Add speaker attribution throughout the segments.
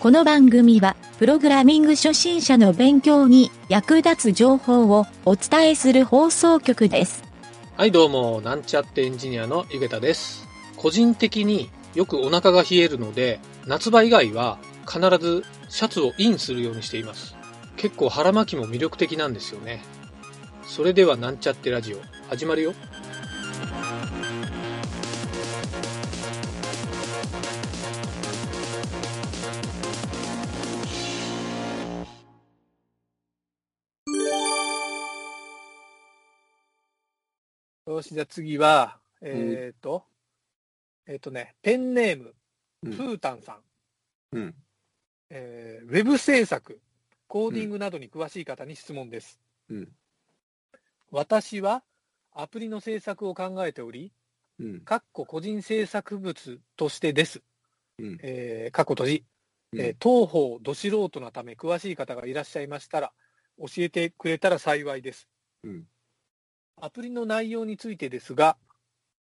Speaker 1: この番組は、プログラミング初心者の勉強に役立つ情報をお伝えする放送局です。
Speaker 2: はい、どうも、なんちゃってエンジニアのゆげたです。個人的によくお腹が冷えるので、夏場以外は必ずシャツをインするようにしています。結構腹巻きも魅力的なんですよね。それではなんちゃってラジオ、始まるよ。
Speaker 3: よし、じゃあ次は、えっ、ー、と、えっ、とね、ペンネーム、
Speaker 4: う
Speaker 3: プ
Speaker 4: ん
Speaker 3: ータンさん、
Speaker 4: うん。
Speaker 3: えーウェブ制作、コーディングなどに詳しい方に質問です。
Speaker 4: うん。
Speaker 3: 私はアプリの制作を考えており、
Speaker 4: うん。
Speaker 3: かっこ個人制作物としてです。
Speaker 4: うん。
Speaker 3: えー、かっこ閉じ、
Speaker 4: うん
Speaker 3: えー当方、ど素人なため詳しい方がいらっしゃいましたら、教えてくれたら幸いです。
Speaker 4: うん
Speaker 3: アプリの内容についてですが、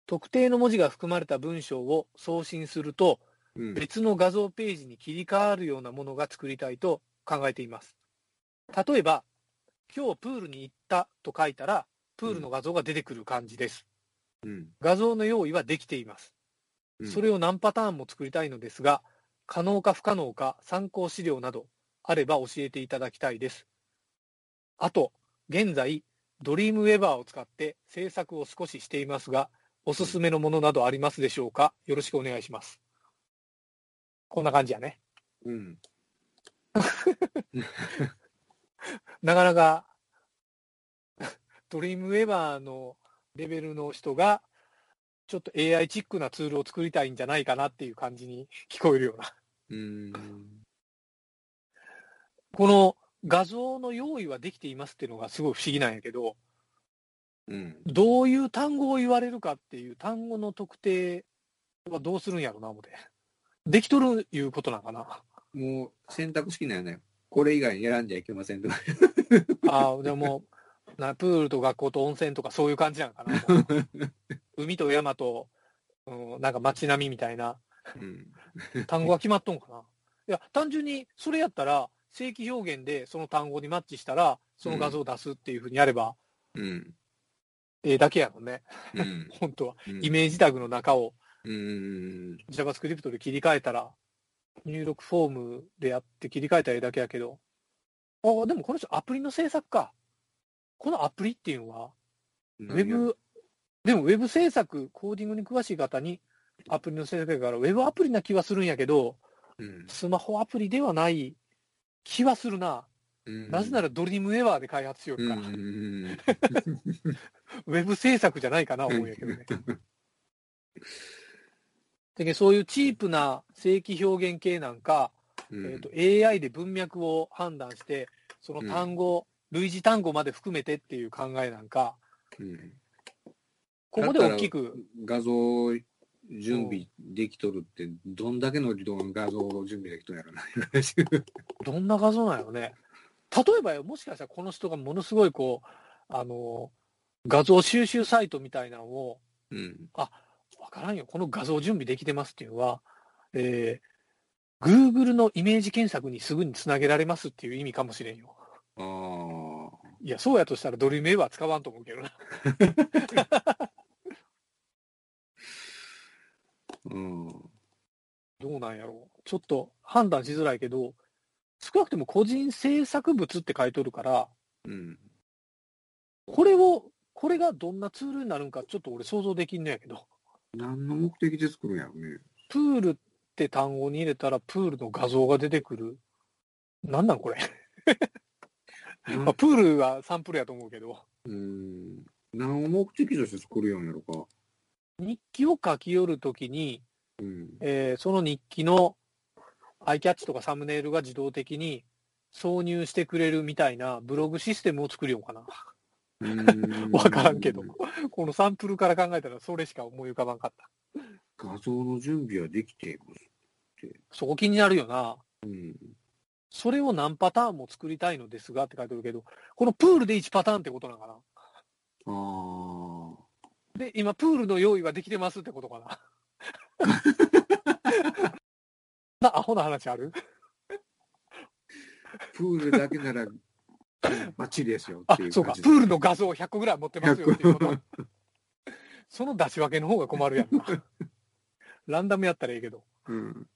Speaker 3: 特定の文字が含まれた文章を送信すると、
Speaker 4: うん。
Speaker 3: 別の画像ページに切り替わるようなものが作りたいと考えています。例えば、今日プールに行ったと書いたら、プールの画像が出てくる感じです。
Speaker 4: うん。
Speaker 3: 画像の用意はできています。
Speaker 4: うん
Speaker 3: それを何パターンも作りたいのですが、可能か不可能か参考資料などあれば教えていただきたいです。あと、現在、ドリームウェバーを使って制作を少ししていますが、おすすめのものなどありますでしょうかよろしくお願いします。こんな感じやね。
Speaker 4: うん。
Speaker 3: なかなか、 ドリームウェバーのレベルの人が、ちょっと AI チックなツールを作りたいんじゃないかなっていう感じに聞こえるような。
Speaker 4: うん。
Speaker 3: この画像の用意はできていますっていうのがすごい不思議なんやけど、
Speaker 4: うん。
Speaker 3: どういう単語を言われるかっていう単語の特定はどうするんやろな、思て。できとるいうことなんかな。
Speaker 4: もう選択式なんやね。これ以外に選んじゃいけませんとか。
Speaker 3: ああ、でも、なプールと学校と温泉とかそういう感じなんかな。もう海と山と、うん、なんか街並みみたいな
Speaker 4: うん。
Speaker 3: 単語が決まっとんかな。いや、単純にそれやったら、正規表現でその単語にマッチしたら、その画像を出すっていうふうにやれば、
Speaker 4: うん。
Speaker 3: ええだけやもんね、
Speaker 4: うん。
Speaker 3: 本当は。
Speaker 4: うん
Speaker 3: イメージタグの中を
Speaker 4: うん。
Speaker 3: JavaScript で切り替えたら、入力フォームでやって切り替えたらええだけやけど、ああ、でもこの人アプリの制作か。このアプリっていうのは、ウェブ、でもウェブ制作、コーディングに詳しい方に、アプリの制作やから、ウェブアプリな気はするんやけど、
Speaker 4: うん。
Speaker 3: スマホアプリではない気はするな。
Speaker 4: うん
Speaker 3: なぜならドリームウェアで開発しよ
Speaker 4: う
Speaker 3: る
Speaker 4: ん
Speaker 3: か
Speaker 4: う、ん。
Speaker 3: ウェブ制作じゃないかな、思うんやけどね。でそういうチープな正規表現系なんか、
Speaker 4: うん
Speaker 3: えー、と AI で文脈を判断して、その単語、類似単語まで含めてっていう考えなんか、
Speaker 4: うん
Speaker 3: ここで大きく、
Speaker 4: 画像準備できとるって、どんだけの画像準備できとるんやろな。
Speaker 3: どんな画像なんやろね。例えばよ、もしかしたらこの人がものすごいこう、あの、画像収集サイトみたいなのを、
Speaker 4: うん。
Speaker 3: わからんよ、この画像準備できてますっていうのは、えー、Google のイメージ検索にすぐにつなげられますっていう意味かもしれんよ。
Speaker 4: ああ。
Speaker 3: いや、そうやとしたらドリームウェーバー使わんと思うけどな。
Speaker 4: うん。
Speaker 3: どうなんやろう。ちょっと判断しづらいけど、少なくとも個人制作物って書いとるから、
Speaker 4: うん。
Speaker 3: これを、これがどんなツールになるんか、ちょっと俺想像できんのやけど、
Speaker 4: 何の目的で作るんやろ ね。
Speaker 3: プールって単語に入れたら、プールの画像が出てくる。なんなんこれ。 まあ、プールはサンプルやと思うけど、
Speaker 4: うん。何を目的として作るようんやろか。
Speaker 3: 日記を書き寄るときに、
Speaker 4: うん。
Speaker 3: えーその日記のアイキャッチとかサムネイルが自動的に挿入してくれるみたいなブログシステムを作りようかな。 わ
Speaker 4: わ
Speaker 3: からんけど。このサンプルから考えたらそれしか思い浮かばんかった。
Speaker 4: 画像の準備はできています。
Speaker 3: そこ気になるよな。
Speaker 4: うん。
Speaker 3: それを何パターンも作りたいのですがって書いてあるけど、このプールで1パターンってことなのかな。
Speaker 4: あ
Speaker 3: で、今、プールの用意はできてます ってことかな。な、アホな話ある
Speaker 4: プールだけ なら、バッチリですよ
Speaker 3: あ
Speaker 4: っていう
Speaker 3: そうか、
Speaker 4: 感
Speaker 3: プ
Speaker 4: じで
Speaker 3: ールの画像100個ぐらい持ってますよっていうこと。その出し分けの方が困るやん か。ランダムやったらええけど。
Speaker 4: うん。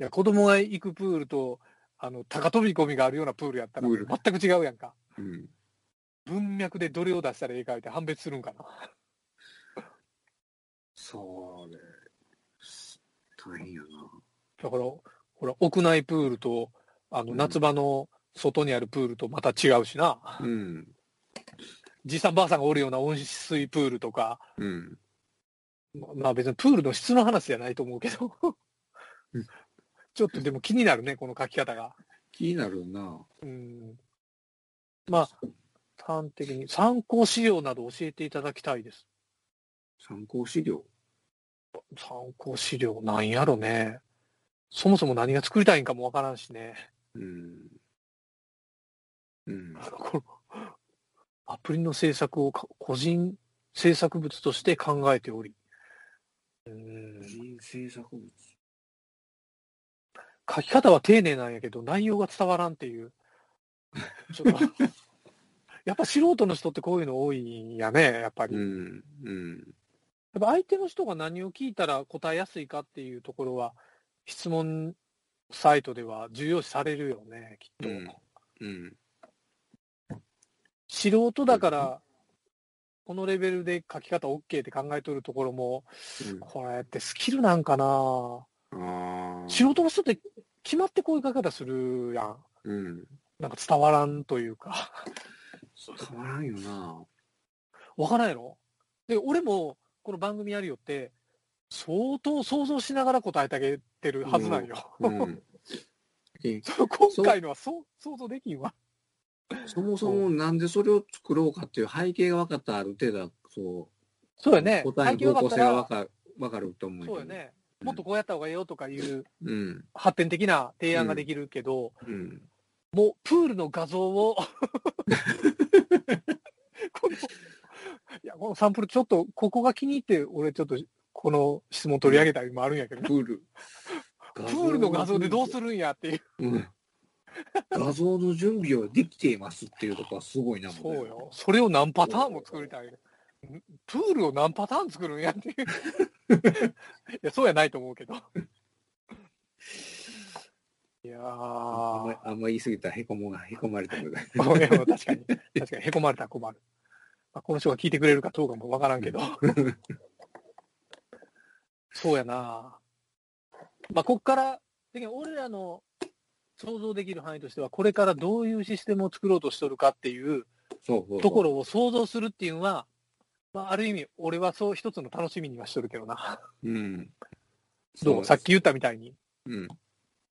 Speaker 3: いや、子供が行くプールと、あの、高飛び込みがあるようなプールやったら、
Speaker 4: プール
Speaker 3: 全く違うやんか。
Speaker 4: うん。
Speaker 3: 文脈でどれを出したらええかって判別するんかな。
Speaker 4: それ、大変やな。
Speaker 3: だから、ほら、屋内プールと、あの、
Speaker 4: うん
Speaker 3: 夏場の外にあるプールとまた違うしな。
Speaker 4: うん。
Speaker 3: じいさんばあさんがおるような温水プールとか、
Speaker 4: うん。
Speaker 3: ままあ別にプールの質の話じゃないと思うけど
Speaker 4: うん。
Speaker 3: ちょっとでも気になるね、この書き方が。
Speaker 4: 気になるな。
Speaker 3: うん。まあ、端的に、参考資料など教えていただきたいです。
Speaker 4: 参考資料。
Speaker 3: 参考資料なんやろね。そもそも何が作りたいんかもわからんしね。
Speaker 4: うん。うん
Speaker 3: あ。のこのアプリの制作をか個人制作物として考えており、うーん
Speaker 4: 人生作物。
Speaker 3: 書き方は丁寧なんやけど、内容が伝わらんっていう。ちょっと やっぱ素人の人ってこういうの多いんやね、やっぱり。
Speaker 4: う
Speaker 3: やっ
Speaker 4: ん。うん。
Speaker 3: ぱ相手の人が何を聞いたら答えやすいかっていうところは、質問サイトでは重要視されるよね、きっと。
Speaker 4: うんうん。
Speaker 3: 素人だから、このレベルで書き方 OK って考えとるところも、これってスキルなんかな
Speaker 4: ああ。
Speaker 3: 素人の人って決まってこういう書き方するやん。
Speaker 4: うん。
Speaker 3: なんか伝わらんというか。
Speaker 4: 変わらんよな。
Speaker 3: わからんやろで、俺もこの番組やるよって、相当想像しながら答えてあげてるはずなんよ。
Speaker 4: うん。え
Speaker 3: 今回のはそう想像できんわ。
Speaker 4: そもそもなんでそれを作ろうかっていう背景が分かったらある程度はそう
Speaker 3: そうよね。
Speaker 4: 答えの
Speaker 3: 最近分か
Speaker 4: 方向
Speaker 3: った
Speaker 4: 性
Speaker 3: ら
Speaker 4: が分かる分かると思うけ
Speaker 3: そ
Speaker 4: ど
Speaker 3: うよね。もっとこうやった方がいいよとかいう
Speaker 4: うん
Speaker 3: 発展的な提案ができるけど、
Speaker 4: うん
Speaker 3: もうプールの画像を このいやこのサンプルちょっとここが気に入って俺ちょっとこの質問取り上げたりもあるんやけど
Speaker 4: プ
Speaker 3: な、
Speaker 4: ール
Speaker 3: プ
Speaker 4: プ
Speaker 3: ールの画像でどうするんやっていう
Speaker 4: る、うん、画像の準備をできていますっていうことはすごいなもん
Speaker 3: そうよそれを何パターンも作りたいんプールを何パターン作るんやっていうい やそうやないと思うけどいや
Speaker 4: あん
Speaker 3: ー
Speaker 4: まあんま言い過ぎたらへこむがへこまれたので
Speaker 3: まあ俺も確かに、確かに、へこまれたら困る。まあ、この人が聞いてくれるかどうかもわからん けど。そうやなまあ、こっから、でけど俺らの想像できる範囲としては、これからどういうシステムを作ろうとしとるかっていう
Speaker 4: そうそう
Speaker 3: ところを想像するっていうのは、まあ、ある意味、俺はそう一つの楽しみにはしとるけ どな。
Speaker 4: うん
Speaker 3: どうもさっき言ったみたいに。
Speaker 4: うん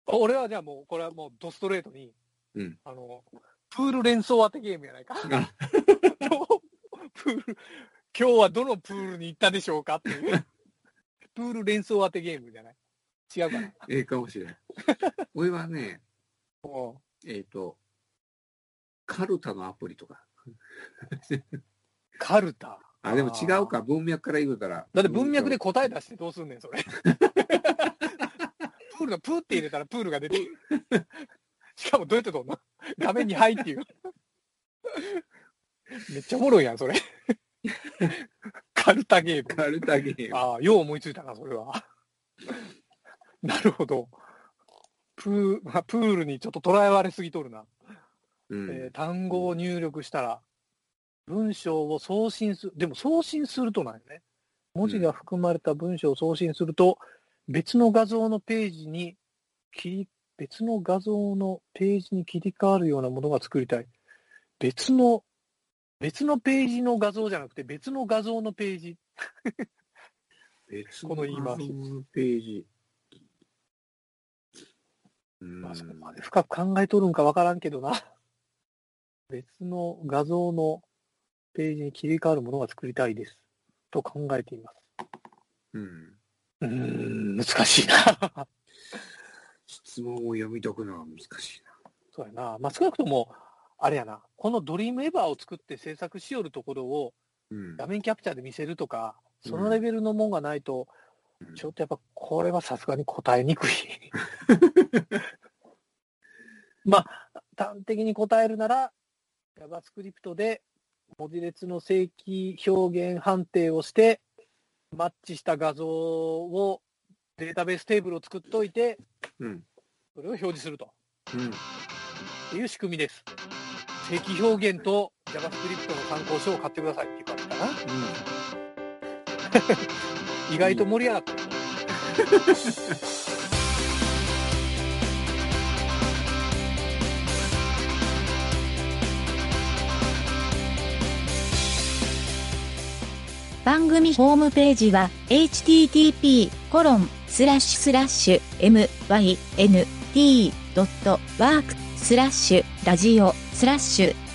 Speaker 3: 俺はじゃあもう、これはもうドストレートに、
Speaker 4: うん
Speaker 3: あの、プール連想当てゲームやないか。
Speaker 4: あ
Speaker 3: 今日、プール、今日はどのプールに行ったでしょうかっていう。 プール連想当てゲームじゃない違うか な。
Speaker 4: ええかも しれん俺はね
Speaker 3: も
Speaker 4: えっ、とカルタのアプリとか
Speaker 3: う、カルタ。
Speaker 4: あでも違うか文脈から言うたら
Speaker 3: だって文脈で答え出してどうすんねん、それ。 プールのプーって入れたらプールが出 てくる。しかもどうやって撮んの画面に入っていう。めっちゃおもろいやん、 それ。カルタゲーム。
Speaker 4: カルタゲーム
Speaker 3: ああ、よう思いついたな、それは。なるほど。プーまあプールにちょっと捉えられすぎとるな、
Speaker 4: うん
Speaker 3: えー単語を入力したら、文章を送信する。でも送信するとなんよね。文字が含まれた文章を送信すると、別の画像のページに切り、別の画像のページに切り替わるようなものが作りたい。別の、別のページの画像じゃなくて、別の画像のページ。
Speaker 4: 別
Speaker 3: この言い回し
Speaker 4: ホームページ。うーん
Speaker 3: まあ、そこまで深く考えとるんかわからんけどな。別の画像のページに切り替わるものが作りたいです。と考えています。
Speaker 4: うん。
Speaker 3: うーん、難しいな。
Speaker 4: 質問を読み解くのは難しい
Speaker 3: そうやな。まあ、少なくとも、あれやな。このドリームエバーを作って制作しよるところを
Speaker 4: な。
Speaker 3: 画面キャプチャーで見せるとか、そのレベルのもんがないと、
Speaker 4: うん
Speaker 3: ちょっとやっぱこ れはさすがに答えにくい。まあ、端的に答えるなら、JavaScript で文字列の正規表現判定をして、マッチした画像をデータベーステーブルを作っといて、
Speaker 4: うん。
Speaker 3: それを表示すると
Speaker 4: うん。
Speaker 3: っていう仕組みです。正規表現と JavaScript の参考書を買ってくださいっていう感じかな。意外と盛り上がった。
Speaker 1: 番組ホームページは http://mynt.world.web.radio/. コロンスラッシュスラッシュ mynt.work スラッシュラジオスラッシュ